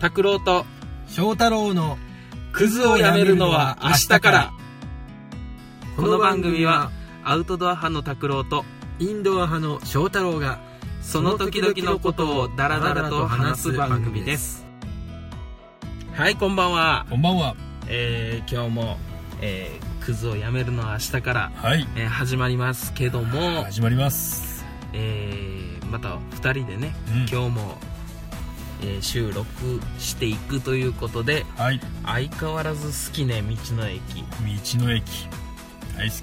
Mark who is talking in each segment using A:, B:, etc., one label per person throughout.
A: 拓郎と
B: 翔太郎の
A: クズをやめるのは明日からこの番組はアウトドア派の拓郎と
B: インドア派の翔太郎が
A: その時々のことをダラダラと話す番組ですはいこんばんは、
B: こんばんは
A: えー、今日も、えークズをやめるのは明日から」、
B: はい
A: えー始まりますけども、
B: 始まります
A: えーまた2人でね、
B: うん
A: 今日も、えー収録していくということで
B: はい
A: 相変わらず好きね道の駅
B: 道の駅大好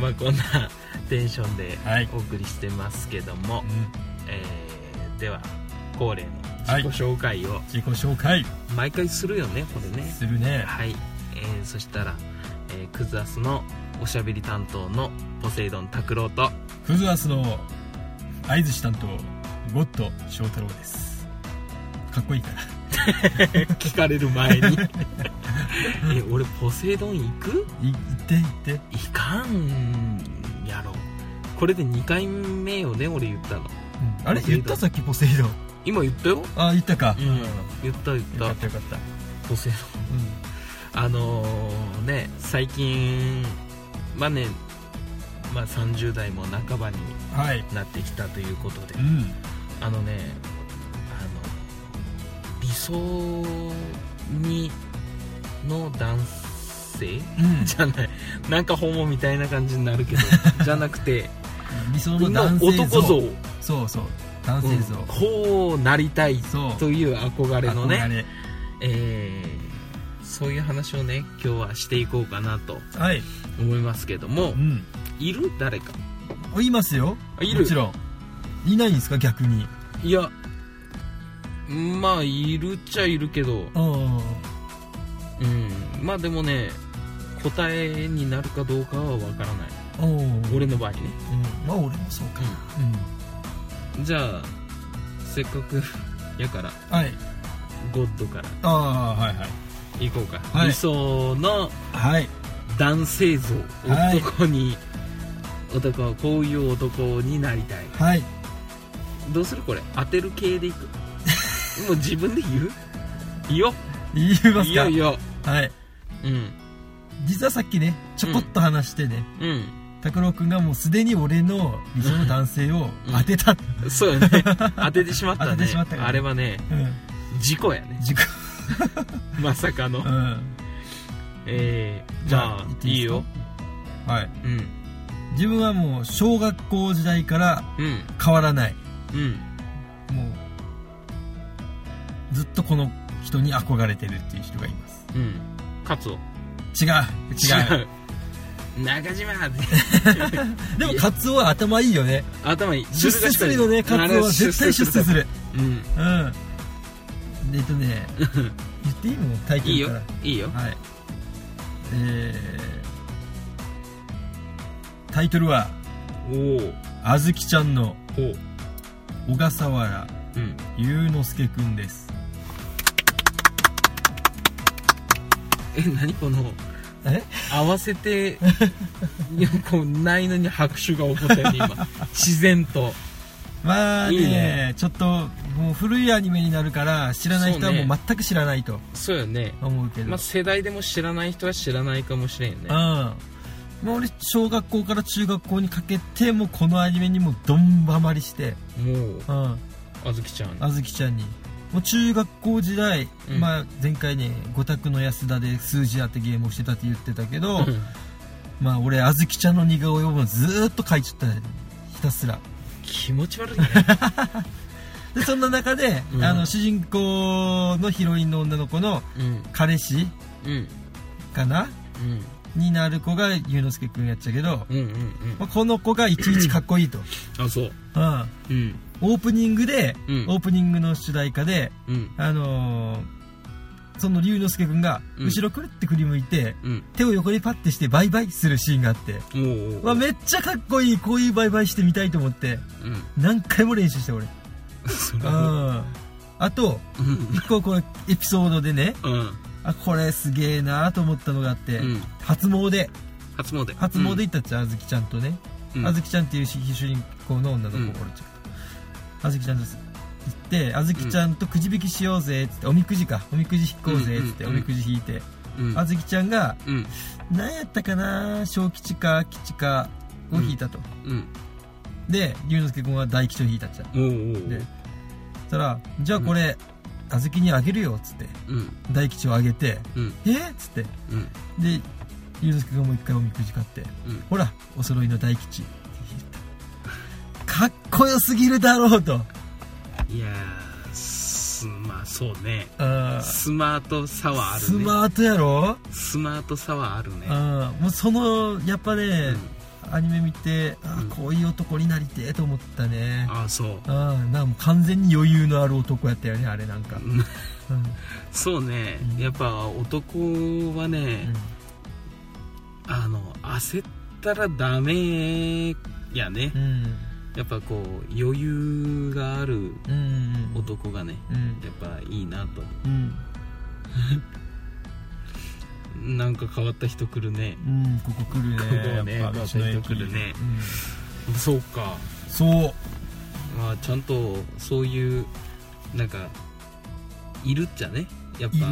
A: まあこんなテンションで
B: はい
A: お送りしてますけども、
B: き、うん、
A: えーでは恒例の自己紹介を
B: 自己紹介
A: 毎回するよねこれね
B: するね
A: はい、えーそしたら、えークズアスのおしゃべり担当のポセイドン拓郎と
B: クズアスの合図師担当ゴッド翔太郎ですかっこいいから
A: 聞かれる前 にえ俺ポセイドン行く
B: い行って行って
A: 行かんやろこれで2回目よね俺言ったの
B: あれ
A: ポセイドン
B: 言ったさっきポセイドン
A: 今言ったよ
B: あ言ったか、
A: うん言った言っ
B: よか
A: た
B: ったよかった、うん、
A: ポセイドンあのーね最近まあね、まあ、30代も半ばに
B: はい
A: なってきたということで
B: うん
A: あのねあの理想にの男性
B: うん
A: じゃないなんかホモみたいな感じになる けどじゃなくて
B: 理想
A: み
B: の
A: んな
B: 男性像
A: 男像、
B: そうそう男性像、
A: うんこうなりたい
B: そう
A: という憧れの
B: 憧
A: ね、
B: れ
A: えーそういう話をね今日はしていこうかなと
B: はい
A: 思いますけども
B: うん
A: いる誰か
B: おいますよ
A: あいる
B: もちろんいないんですか逆に
A: いやまあいるっちゃいるけど
B: ああ
A: うんまあでもね答えになるかどうかはわからない
B: おお
A: 俺の場合ね、
B: うんまあ俺もそうかうん
A: じゃあせっかく やから
B: はい
A: ゴッドから
B: ああはいはい
A: 行こうか、
B: はい
A: 理想の
B: はい
A: 男性像
B: はい
A: 男に、男こういう男になりたい
B: はい
A: どうするこれ当てる系で いくもう自分で言ういいよ
B: 言います
A: いい
B: か
A: よいいよ
B: はい
A: うん
B: 実はさっきねちょこっと話してね
A: うん
B: 拓郎くんがもうすでに俺の理想の男性を当てた
A: そうよね当ててしまったね
B: 当ててしまったからね
A: あれはね
B: うん
A: 事故やね
B: 自己
A: まさかの
B: うん
A: えー、じ
B: じ
A: ゃ
B: ゃ
A: あ
B: あ
A: いいよ
B: はい
A: うん
B: 自分はもう小学校時代から
A: うん
B: 変わらない
A: うん
B: もうずっとこの人に憧れてるっていう人がいます
A: うんカツオ
B: 違う違う
A: う中島
B: でもカツオは頭いいよね
A: 頭いい
B: 出世するよねカツオは絶対出世す
A: る
B: る
A: うん
B: うんでえっとね言っていいもんタイト
A: いい
B: ル
A: よ
B: から
A: いいよ
B: はいえー、タイトルは
A: おお
B: 「あずきちゃんの
A: ほう
B: 小笠原
A: うん
B: 龍之介くん」です
A: え何この
B: え
A: 合わせ ていやこうないのに拍手が起こったよね今自然 と
B: まあね
A: いいね
B: ちょっともう古いアニメになるから知らない人は
A: そうね
B: もう全く知らないと
A: そうよね
B: 思うけど
A: まあ世代でも知らない人は知らないかもしれんよね
B: うんまあ、俺小学校から中学校にかけてもうこのアニメにもうどんばまりして、
A: もう
B: うん、
A: あずきちゃん
B: あずきちゃんにもう中学校時代、
A: うん
B: まあ、前回ね五択の安田で数字当てゲームをしてたって言ってたけど、
A: うん
B: まあ俺あずきちゃんの似顔絵をもうずーっと描いちゃったねひた すら
A: 気持ち悪 いね
B: でそんな中で、
A: うん
B: あの主人公のヒロインの女の子の
A: うん
B: 彼氏
A: うん
B: かな
A: うん
B: になる子がゆうのすけくんやっちゃうけど、
A: うんうんうん
B: まあ、この子がいちいちかっこいいと、
A: あそう
B: うん、
A: うん
B: オープニングで、
A: うん
B: オープニングの主題歌で、
A: うん
B: あのーその龍之介くんが
A: うん
B: 後ろくるって振り向いて、
A: うん
B: 手を横にパッてしてバイバイするシーンがあって、
A: おうおう
B: わめっちゃかっこいいこういうバイバイしてみたいと思って
A: う
B: 何回も練習した俺うん
A: んそれは
B: あと
A: うん
B: 一個このエピソードでね
A: うん
B: あこれすげえなと思ったのがあって、
A: うん
B: 初詣
A: 初詣
B: 初詣行ったっちゃうあずきちゃんとね、
A: うん
B: あずきちゃんっていう主人公の女の子、
A: うん
B: 俺ちょっとあずきちゃんです行ってあずきちゃんとくじ引きしようぜっつっておみくじかおみくじ引こうぜっつって
A: うん
B: お
A: うんうん
B: みくじ引いて
A: うん
B: あずきちゃんが
A: うん
B: 何やったかな小吉か吉かを引いたと、
A: うん
B: で龍之介君は大吉を引いたじゃん
A: おうおうおう
B: でそしたら「じゃあこれ、あずきにあげるよ」っつって
A: うん
B: 大吉をあげて
A: うん
B: 「えっ?」っつって
A: うん
B: で龍之介君も一回おみくじ買って
A: うん
B: 「ほらお揃いの大吉」って引いたかっこよすぎるだろうと
A: いやーすまあそうね
B: あー
A: スマートさはあ
B: ス
A: るね
B: マートやろ
A: スマートさはあるね
B: あーもうそのやっぱね、アニメ見てあ
A: うん
B: ーこういう男になりてえと思ったね
A: ああそう
B: あーなんかもう完全に余裕のある男やったよねあれなんか、
A: うん
B: うんうん
A: そうね
B: うん
A: やっぱ男はねあの焦ったらダメやね
B: うん
A: やっぱこう余裕がある
B: うん
A: 男がね
B: うん
A: やっぱいいなと
B: うん、
A: なんか変わった人来るね
B: うん、ここ来るね
A: ここね
B: やっぱ
A: また
B: 道の駅
A: 人来るね
B: うん
A: そうか
B: そう
A: まあちゃんとそういうなんかいるっちゃねやっ
B: いる
A: ぱ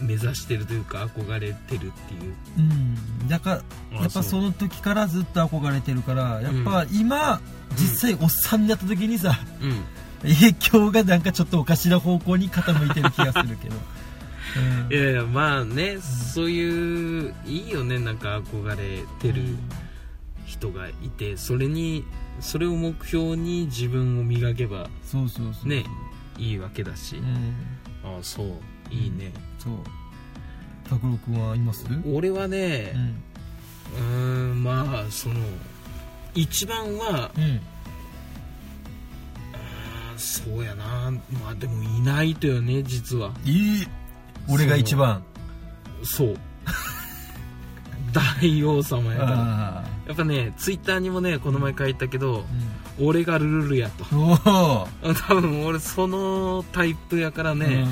A: 目指してるというか憧れてるっていう
B: うんだから
A: あ
B: やっぱ
A: そ
B: そうの時からずっと憧れてるからやっぱ今、実際おっさんになった時にさ
A: うん
B: 影響がなんかちょっとおかしな方向に傾いてる気がする けど、うん
A: いやいやまあねそういういいよねなんか憧れてる人がいてそれにそれを目標に自分を磨けば
B: そうそうそう
A: ねいいわけだし、
B: うん
A: ああそういいね、
B: そう拓郎君はいますうん
A: 俺はねうーんまあその一番は
B: うん
A: あーそうやなまあでもいないとよね実はい
B: い俺が一番
A: そう 大王様やから
B: あ
A: やっぱねツイッターにもねこの前書いたけど
B: あ、う
A: 俺がルルルやと
B: ん、おお
A: 多分俺そのタイプやからね、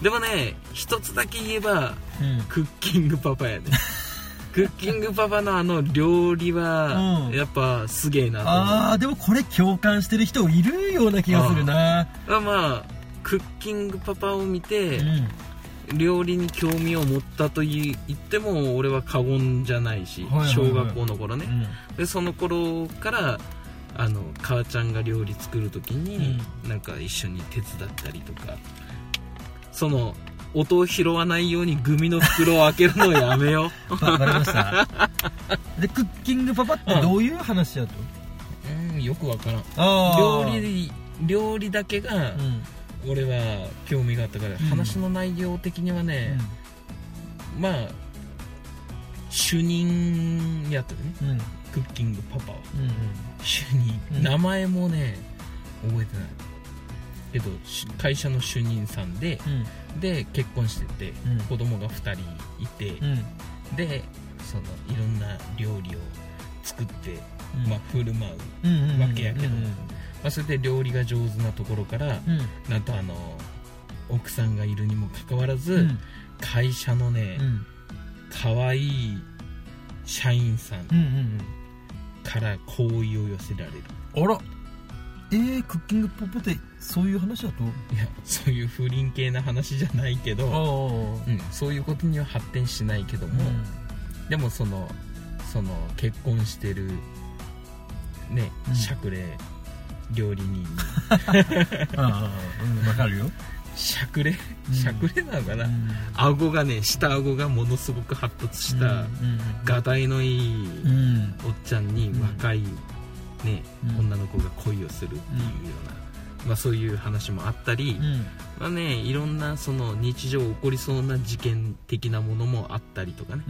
A: でもね一つだけ言えば
B: うんうん
A: クッキングパパやね クッキングパパのあの料理は
B: うん
A: やっぱすげえなと思う
B: ああでもこれ共感してる人いるような気がするな
A: まあまあクッキングパパを見て
B: う
A: 料理に興味を持ったと言い言っても俺は過言じゃないし、
B: はいはいはい
A: 小学校の頃ね
B: ん
A: でその頃からあの母ちゃんが料理作る時に、なんか一緒に手伝ったりとかその音を拾わないようにグミの袋を開けるのやめよ
B: わわかりましたでクッキングパパってどういう話やと、
A: ううんよくわからん
B: あ
A: 料
B: あ
A: 理料理だけが
B: うん
A: 俺は興味があったから、
B: ん
A: 話の内容的にはね、まあ主任やったね
B: うんうん
A: クッキングパパは
B: うん
A: 主任、
B: うん
A: 名前もね覚えてないけどし会社の主任さんで
B: うん
A: で結婚してて
B: うん
A: 子供が2人いて、
B: うん
A: でそのいろんな料理を作って、
B: うん
A: まあ、振る舞う、ま
B: うんうん
A: わけやけど
B: うん
A: あ、それで料理が上手なところから
B: うん
A: なんとあの奥さんがいるにもかかわらず、
B: うん
A: 会社のね、
B: うん
A: 可愛い社員さん
B: うんうん
A: から好意を寄せられる
B: あらえー、クッキングポップってそういう話だと
A: いやそういう風鈴系な話じゃないけど、
B: あ
A: うん、そういうことには発展しないけども、でもそのその結婚してるね
B: うん
A: しゃくれ料理 人に
B: あうんわかるよ
A: しゃくれ
B: うん
A: しゃくれなのかな、顎がね下顎がものすごく発達した、がたいのいい
B: うんうん
A: おっちゃんに若い、ね
B: うん
A: 女の子が恋をするっていうような、まあ、そういう話もあったり、
B: うん
A: まあね、いろんなその日常起こりそうな事件的なものもあったりとかね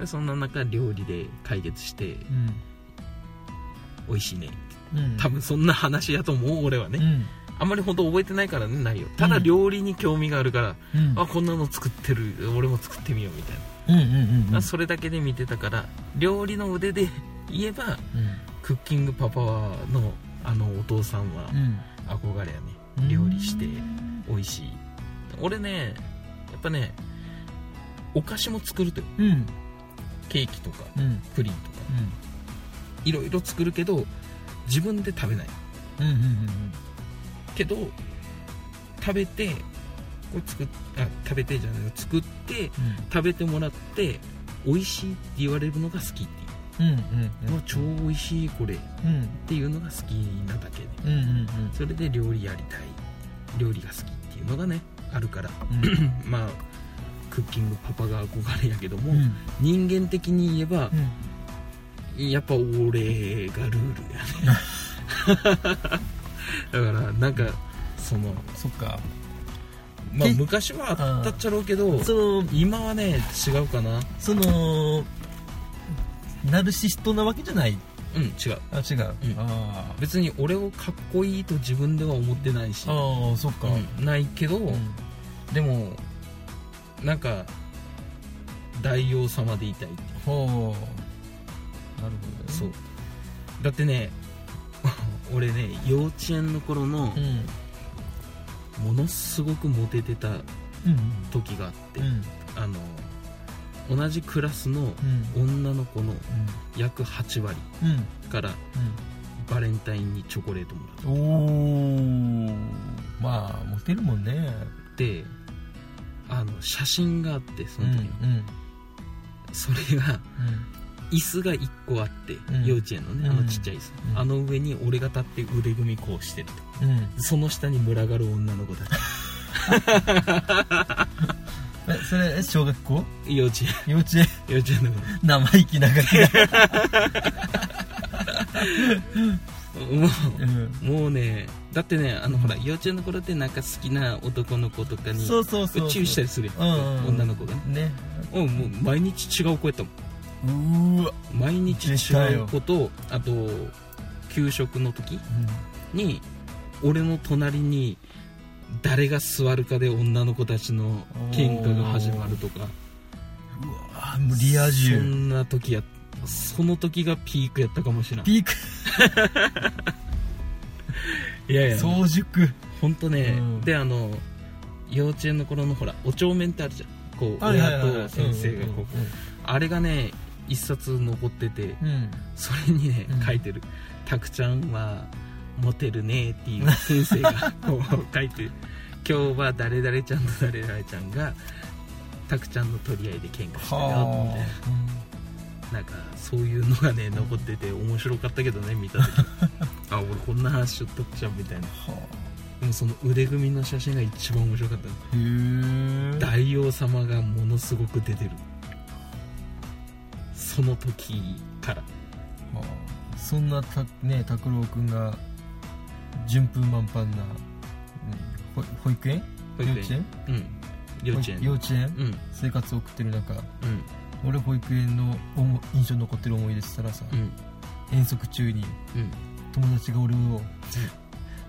B: うん
A: そんな中料理で解決して
B: うん
A: 美味しいね
B: うん
A: 多分そんな話やと思う俺は
B: う
A: ね
B: ん
A: あんまり本当覚えてないからねないよただ
B: うん
A: 料理に興味があるから、
B: うん
A: あこんなの作ってる俺も作ってみようみたいな、
B: うんうんうん
A: あそれだけで見てたから料理の腕で言えば
B: う
A: クッキングパパのあのお父さんは
B: ん
A: 憧れやね
B: うん
A: 料理して美味しい俺ねやっぱねお菓子も作るとよ
B: うん
A: ケーキとか
B: うん
A: プリンとかいろいろ作るけど自分で食べない
B: うんうんうんうん
A: けど食べてこれ作っあ食べてじゃない作って食べてもらって美味しいって言われるのが好きっていう
B: うんうんうん
A: もう超美味しいこれっ
B: うん
A: ていうのが好きなだけで
B: うんうん
A: それで料理やりたい料理が好きっていうのがねあるから
B: うん
A: まあクッキングパパが憧れやけども、
B: うん
A: 人間的に言えば
B: う、ん
A: やっぱ俺がルールやね だからなんかその
B: そっか
A: まあ
B: け
A: 昔はあったっちゃろうけど
B: その
A: 今はね違うかな
B: そのナルシストなわけじゃない
A: うん違う
B: あ違う、
A: うん
B: あー
A: 別に俺をかっこいいと自分では思ってないし、
B: あーそっか、
A: うんないけど、
B: うん
A: でもなんか大王様でいたいって
B: ほうなるほどね
A: そうだってね 俺ね幼稚園の頃の
B: うん
A: ものすごくモテてた
B: うん
A: 時があって、
B: うんうん
A: あの同じクラスの女の子の約8割
B: うん
A: からバレンタインにチョコレートもら
B: うんうんおおまあモテるもんね
A: ってあの写真があってそ
B: うん
A: の
B: うん
A: 時の、それが椅子が1個あって、
B: ん
A: 幼稚園のねあのちっちゃい椅子、
B: うん
A: あの上に俺が立って腕組みこうしてると
B: うんうん
A: その下に群がる女の子た
B: えそれえ小学校
A: ち幼稚園
B: 幼稚園
A: 幼稚園の子
B: 生意気なガキ が、
A: も
B: うん
A: うもうねだってねあのほら幼稚園の頃ってなんか好きな男の子とかに
B: そうそうそう
A: 注意したりするよ
B: うんうん
A: 女の子がね
B: ね
A: うんもう毎日違う子やったもん
B: うーわ
A: 毎日違う子とあと給食の時に俺の隣に誰が座るかで女の子たちの喧嘩が始まるとか
B: うんうわもうリア充
A: そんな時やその時がピークやったかもしれんい
B: ピーク
A: やいや
B: 早熟
A: 本当ね、
B: うん
A: であの幼稚園の頃のほらお帳面ってあるじゃんこう
B: はいはい
A: 親
B: はい
A: と先生がこうあれがね一冊残ってて
B: うんうんうん
A: それにね
B: うん
A: 書いてる「たくちゃんはモテるね」っていう先生 がこう書いてる今日は誰々ちゃんと誰々ちゃんがたくちゃんの取り合いで喧嘩したよみたい
B: は
A: ななんかそういうのがね残ってて面白かったけどね見た 時あ俺こんな話しちゃったっちゃんみたいな
B: あは
A: でもその腕組みの写真が一番面白かったの
B: あへえ
A: 大王様がものすごく出てるその時から
B: まあそんなたね拓郎くんが順風満帆な、うん、ほ保育園
A: 保育園うん幼稚園
B: 幼稚園
A: うん
B: 生活を送ってる中
A: うん
B: 俺保育園の思印象に残ってる思い出したらさ、
A: うん
B: 遠足中に
A: うん
B: 友達が俺を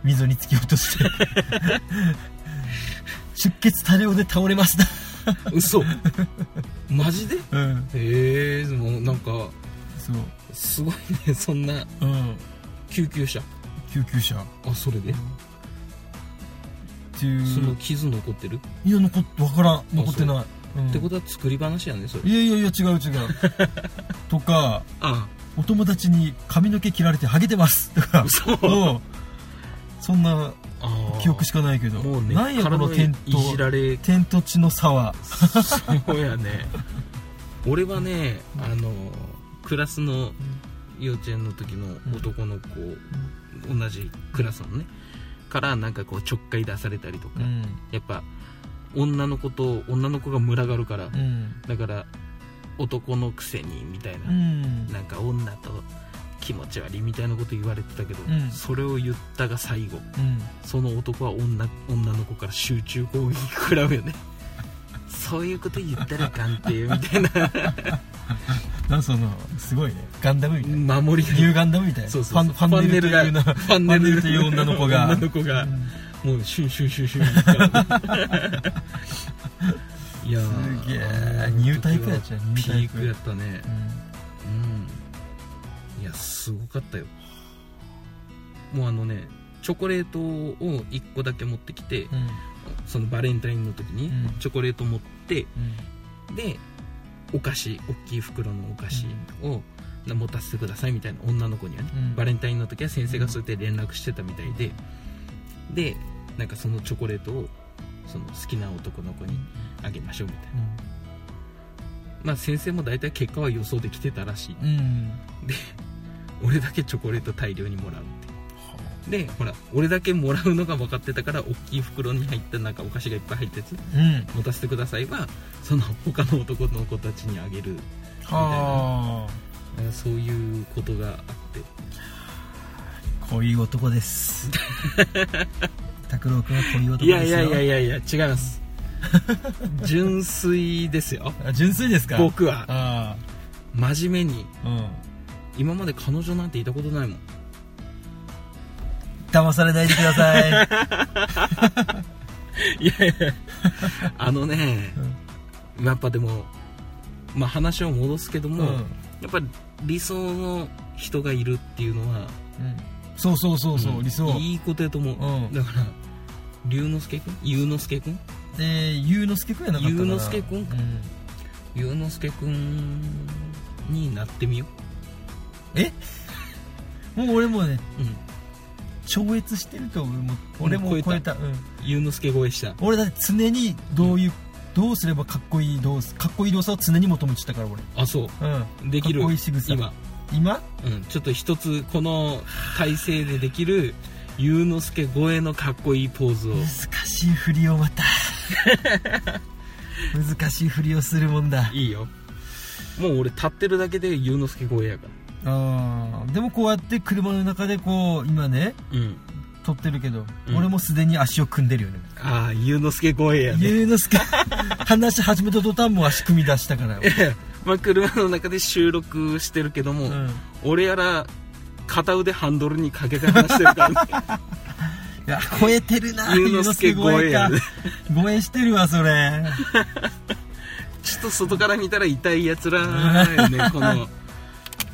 B: 溝に突き落 として出血多量で倒れました
A: 嘘 マジで
B: うん
A: ええもうなんか
B: そう
A: すごいねそんな
B: うん
A: 救急車
B: 救急車
A: あそれで
B: っていう
A: その傷残ってる、
B: いや残っ分からん残ってないうん
A: ってことは作り話やねそれ
B: いやいやいや違う 違うとか
A: あ
B: お友達に髪の毛切られてハゲてますとか
A: 嘘
B: うんそんな
A: あ
B: 記憶しかないけど
A: もうね
B: なんやこの
A: 体
B: 天
A: い
B: と
A: じられ
B: 天と地の差は
A: そうやね俺はねあのクラスの幼稚園の時の男の子、同じクラスのねからなんかこうちょっかい出されたりとか、
B: うん
A: やっぱ女の子と女の子が群がるから、
B: うん
A: だから男のくせにみたいな、
B: うん
A: なんか女と気持ち悪いみたいなこと言われてたけど、
B: うん
A: それを言ったが最後
B: うん
A: その男は女女の子から集中攻撃食らうよねそういうこと言ったらあかんっていうみたい
B: なんかそのすごいねガンダムみたいな
A: な守り
B: ニュー
A: が
B: ガンダムみたいな
A: そうそうそう
B: ファンファンネルというな
A: ファンネルが
B: ファンネルという女の子が
A: 女の子がもうシュンシュンシュンシュンいやー
B: すげえニュータイプやっちゃうニュ
A: ピ
B: ータイ
A: ー
B: プ
A: クやったね
B: う
A: うんいやすごかったよもうあのねチョコレートを1個だけ持ってきて
B: んうん
A: そのバレンタインの時に
B: うん
A: チョコレート持ってでお菓子大きい袋のお菓子を持たせてくださいみたいな女の子にはね
B: うん
A: バレンタインの時は先生がそうやって連絡してたみたいででなんかそのチョコレートをその好きな男の子にあげましょうみたいな、まあ、先生も大体結果は予想できてたらしい
B: うん、うん
A: 俺だけチョコレート大量にもらうってでほら俺だけもらうのが分かってたから大きい袋に入ったなんかお菓子がいっぱい入ったやつ
B: うん
A: 持たせてくださいはその他の男の子たちにあげる
B: はあ
A: なんかそういうことがあって
B: こういう男です 拓郎君はこういう男ですよ
A: いやいやいやいやいや違います 純粋ですよ
B: あ純粋ですか
A: 僕は
B: あ
A: 真面目に
B: あうん
A: 今まで彼女なんていたことないもん
B: 騙されないでく ださい
A: いやいやあのね、やっぱでもまあ話を戻すけども、
B: うん
A: やっぱり理想の人がいるっていうのは
B: うんそうそうそうそう、
A: ん
B: 理想
A: いいことやと思う、
B: うん
A: だから龍之介君龍之介君
B: でゆうのすけくんやなかったかな
A: ゆうのすけくんか
B: うん
A: 龍之介君になってみよ
B: もう俺もね
A: う、うん、
B: 超越してると俺も
A: 俺
B: 俺
A: も超
B: も
A: えた
B: 超えたうん、
A: 龍之介超えした
B: 俺だって常にどういう、どうすればかっこいい動作かっこいい動作を常に求めてたから俺
A: あそう
B: うん
A: できる
B: かっこいい仕草
A: 今、
B: 今
A: うん、ちょっと一つこの体勢でできる龍之介超えのかっこいいポーズを
B: 難しい振りをまた 難しい振りをするもんだ
A: いいよもう俺立ってるだけで龍之介超えやか
B: あーでもこうやって車の中でこう今ね
A: らうん
B: 撮ってるけど、
A: うん
B: 俺もすでに足を組んでるよね
A: ああ龍之介超えやね
B: ゆうのすけ話し始めた途端もう足組み出したから、
A: まあ車の中で収録してるけども、
B: うん、い
A: 俺やら片腕ハンドルにかけて話してるから、 ね、
B: や超えてるな
A: ゆうのすけ
B: ゆうのすけ超えか
A: 超え
B: 超えしてるわそれ
A: ちょっと外から見たら痛いやつらよねこの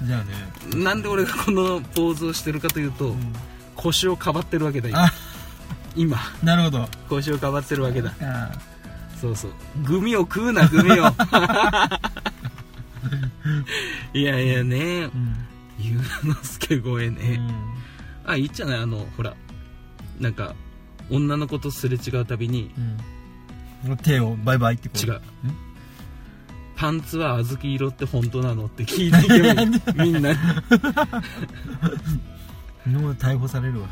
B: じゃあね、
A: なんで俺がこのポーズをしてるかというと、
B: うん
A: 腰をかばってるわけだよ
B: あ
A: 今
B: なるほど
A: 腰をかばってるわけだ
B: あ
A: そうそうグミを食うなグミを いやいやね
B: うん、
A: ゆうのすけ超え
B: う
A: ね、
B: ん
A: あいいじゃないあのほらなんか女の子とすれ違うたびに
B: うん、手をバイバイってこ
A: 違
B: う
A: うパンツは小豆色って本当なのって聞いていけばいいみんなに
B: もう逮捕されるわ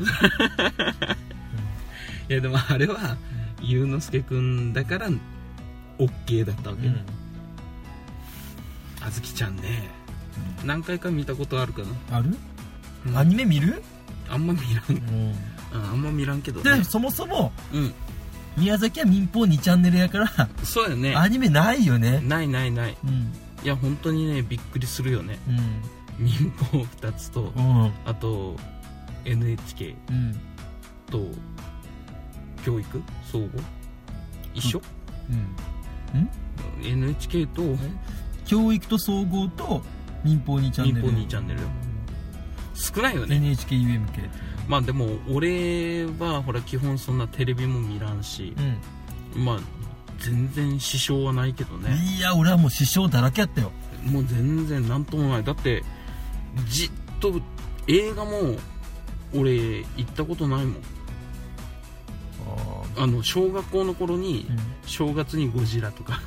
A: いやでもあれはゆうのすけくんだから OK だったわ
B: う
A: け、あずきちゃんね何回か見たことあるかな、
B: ある、
A: うん
B: アニメ見る、
A: あんま見らん、うん、あんま見らんけど、
B: で
A: ね、
B: そもそも
A: うん
B: 宮崎は民放2チャンネルやから、
A: そうやね
B: アニメないよね
A: ないないない
B: うん
A: いや本当にねびっくりするよね
B: うん
A: 民放2つと
B: うん
A: あと NHK
B: うん
A: と教育総合一緒、
B: うん、
A: NHK と
B: 教育と総合と民放2チャンネル
A: 民放2チャンネル少ないよね
B: NHKUMK
A: まあでも俺はほら基本そんなテレビも見らんし
B: う、ん、
A: まあ全然支障はないけどね
B: いや俺はもう師匠だらけやったよ
A: もう全然なんともないだってじっと映画も俺行ったことないもんあの小学校の頃に
B: う
A: 正月にゴジラとか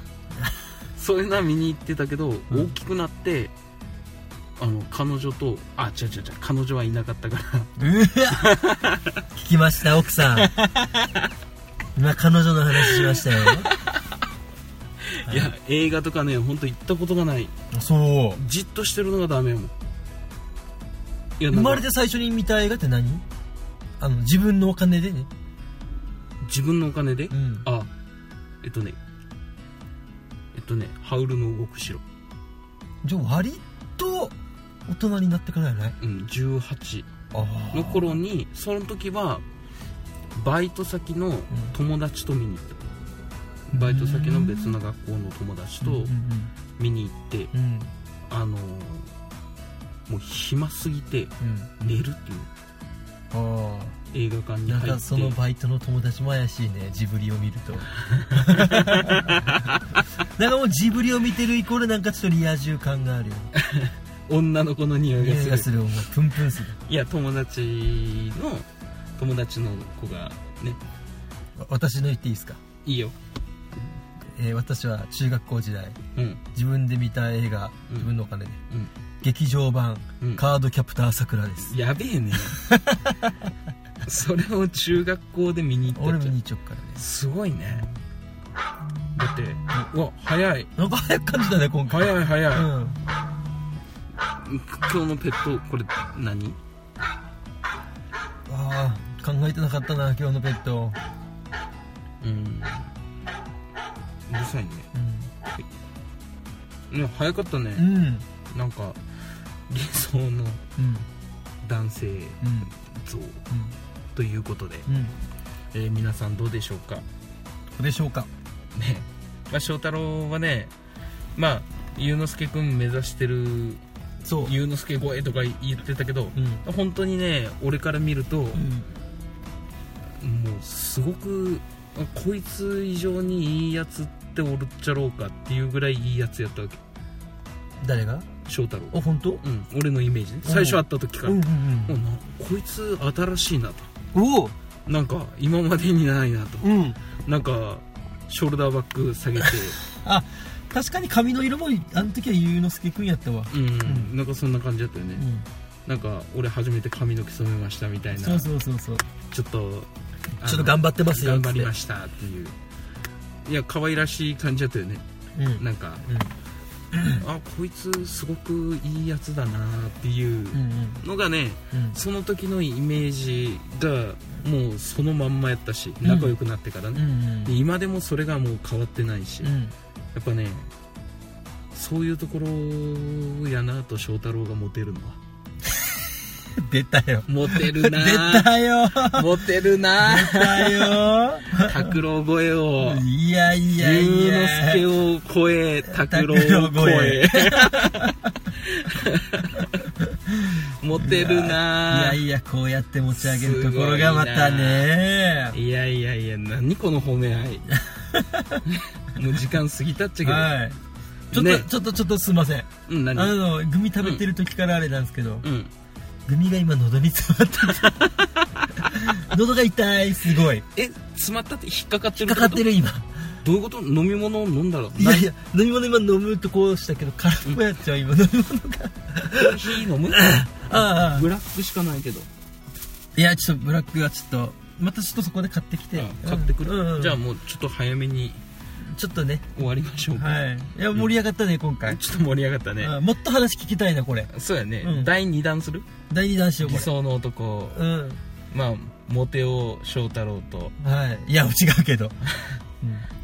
A: そういうのは見に行ってたけど、
B: ん
A: 大きくなってあの彼女とあ違う違う違う彼女はいなかったから
B: んうわ聞きました奥 さん今彼女の話しましたよ
A: いや映画とかね本当行ったことがない
B: そう
A: じっとしてるのがダメやもんいや
B: 生
A: なん
B: ま
A: か
B: れて最初に見た映画って何あの自分のお金でね
A: 自分のお金で、
B: ん
A: あえっとねえっとね「ハウルの動く城
B: じゃあ割と大人になってからやない」
A: うん、18
B: あ
A: の頃にその時はバイト先の友達と見に行ったバイト先の別の学校の友達
B: うんう
A: と
B: ん
A: 見に行って
B: うんうん
A: あのーもう暇すぎて寝るっていう映画館
B: うん
A: に
B: なん
A: 入
B: かその
A: って
B: バイトの友達も怪しいねジブリを見るとなんかもうジブリを見てるイコールなんかちょっとリア充感があるよね
A: 女の子の匂い
B: 匂い
A: が
B: が
A: す
B: す
A: る
B: るもうプンプンする
A: いや友達の友達の子がね
B: わ私の言っていいですか、
A: いいよ
B: えー私は中学校時代
A: うん
B: 自分で見た映画
A: うん
B: 自分のお金で、
A: うん
B: 劇場版、
A: うん
B: カードキャプターさくらです
A: やべえ ねそれを中学校で見に行った
B: 俺
A: っ
B: 見
A: て
B: に行っちゃうからね
A: すごいねだってうわ早い
B: なんか早く感じたね今回
A: 早い早い、
B: うん
A: 今日のペットこれ何
B: ああ考えてなかったな今日のペット、
A: うんうるさいね
B: う
A: ね早かったね
B: んうん
A: なんか理想の
B: うん
A: 男性
B: うん
A: 像ということで、
B: うんうん
A: えー皆さんどうでしょうか ね、
B: どうでしょうか
A: まあ、翔太郎はねまあ祐之介君目指してる
B: そう
A: 祐之介超えとか言ってたけど、
B: うん
A: 本当にね俺から見ると、
B: うん
A: もうすごくあこいつ以上にいいやつっておるっちゃろうかっていうぐらいいいやつやったわけ
B: 誰が
A: 翔太
B: あ
A: 郎
B: 本当
A: うん俺のイメージね最初会った時か
B: う
A: ら、
B: んう
A: も
B: ん
A: うなこいつ新しいなと
B: うんおお
A: なんか今までにないなと
B: うん
A: なんかショルダーバッグ下 げて
B: あ確かに髪の色もあの時はゆうのすけくんやったわ
A: うん、
B: ん
A: なんかそんな感じだったよね、
B: う
A: なんか俺初めて髪の毛染めましたみたい
B: ん
A: な
B: そうそうそうそう
A: ちょっとあの
B: ちょっと頑張ってますよ
A: 頑張りま
B: し
A: したっていういや可愛らしい感じだったよね
B: たうん
A: なんかあこいつすごくいいやつだなっていう
B: うんうん
A: のがね
B: うん
A: その時のイメージがもうそのまんまやったし
B: ん
A: 仲良くなってから
B: う
A: ね、
B: ん
A: で今でもそれがもう変わってないし、
B: う
A: や
B: ん
A: っぱねそういうところやなと翔太郎がモテるのは
B: 出たよ
A: モテる
B: 出
A: な
B: たよ
A: モテるな
B: 出たよ
A: 拓郎声を
B: いやいや
A: 龍
B: い
A: 之
B: や
A: 介を超え拓郎
B: 拓郎
A: を超
B: 超
A: え
B: え
A: モテるない
B: やいやこうやって持ち上げるところがまたね
A: いやいやいや何この褒め合いもう時間過ぎたっちゃけど、
B: はいちょっと、
A: ね
B: ちょっとちょっとすいません
A: うん
B: あ
A: 何
B: のグミ食べてる時からあれなんですけど、
A: うん
B: グミが今喉に詰まってて 喉が痛いすごい
A: え詰まったって引っかかって
B: 引っ
A: る
B: かかって
A: る
B: る今
A: どういうこと飲み物を飲んだら
B: いやいや飲み物今飲むとこうしたけど空っぽやっちゃう 今飲み物が
A: コーヒー飲 む
B: ああああ
A: ブラックしかないけど、
B: いやちょっとブラックがちょっとまたちょっとそこで買ってきて、
A: うん買ってくる、
B: うんうん
A: じゃあもうちょっと早めに
B: ちょっとね
A: 終わりましょうか、
B: はいいや盛り上がったね今回、
A: ちょっと盛り上がったね、
B: うんもっと話聞きたいなこれ
A: そうやね、
B: うん
A: 第2弾する
B: 第2弾しよう
A: 理
B: これ
A: 想の男
B: うん
A: まあモテ男翔太郎と
B: はいいや違 うけど、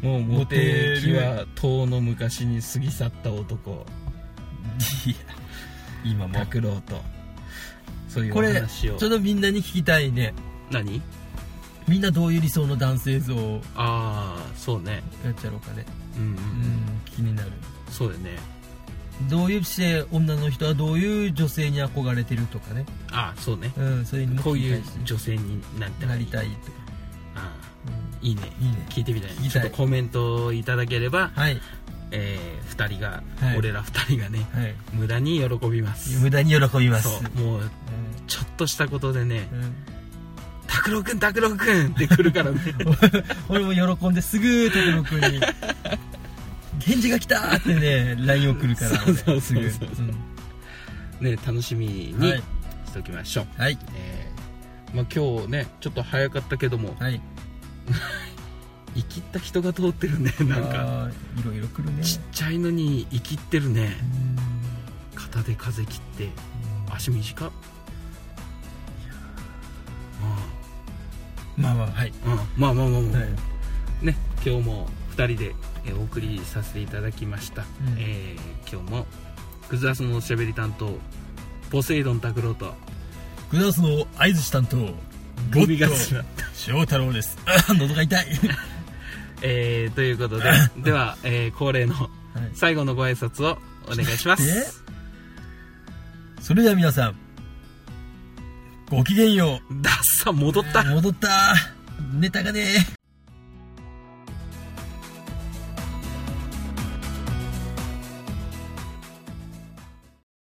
A: もうモテ期
B: モテ
A: は遠の昔に過ぎ去った男
B: いや今も
A: 拓郎とそういうお
B: これ
A: 話
B: ちょ
A: を
B: っとみんなに聞きたいね
A: 何
B: みんなどういう理想の男性像を
A: ああそうね
B: やっちゃろうかね
A: うんうん、
B: うん気になる
A: そうだよね
B: どういうして女の人はどういう女性に憧れてるとかね
A: ああそうね
B: うんそういうの
A: こ
B: も
A: う
B: 聞き
A: い
B: た
A: う
B: いし
A: 女性になりたい
B: なりたいとか、
A: あ
B: う
A: あいいね
B: ん、いいね
A: 聞いてみたい
B: 聞き
A: ち
B: た
A: ょ
B: い
A: っとコメントをいただければ、
B: はい
A: えー、2人が、
B: はい
A: 俺ら2人がね
B: はい
A: 無駄に喜びます
B: 無駄に喜びます
A: そうもうちょっとしたことでね
B: うんうん
A: 「拓郎くん拓郎くん!」って来るからね
B: 俺も喜んですぐ徳郎君に「返事が来た!」ってね LINE 送るから
A: そうそうそうそう
B: 俺すぐ
A: ね
B: ん
A: 楽しみに
B: はい
A: しておきましょう、
B: はい
A: えーまあ、今日ねちょっと早かったけども
B: はい
A: 生きった人が通ってるねなんか
B: あーいろいろ来るね
A: ちっちゃいのに生きってるね
B: うん
A: 肩で風切って足短っ
B: まあまあはい
A: うんうんまあまあまあまあ、
B: はい
A: ね今日も2人でえーお送りさせていただきました、
B: うん
A: えー今日も「クズアスのおしゃべり担当」ポセイドン拓郎と
B: グラスの合図担当
A: ゴミが詰まっ
B: 翔太郎です あー喉が痛い
A: えーという ことででは、えー恒例の
B: はい
A: 最後のご挨拶をお願いします
B: それでは皆さんごきげんよ
A: ダッサ戻っ
B: う
A: た
B: 戻ったネタがねえ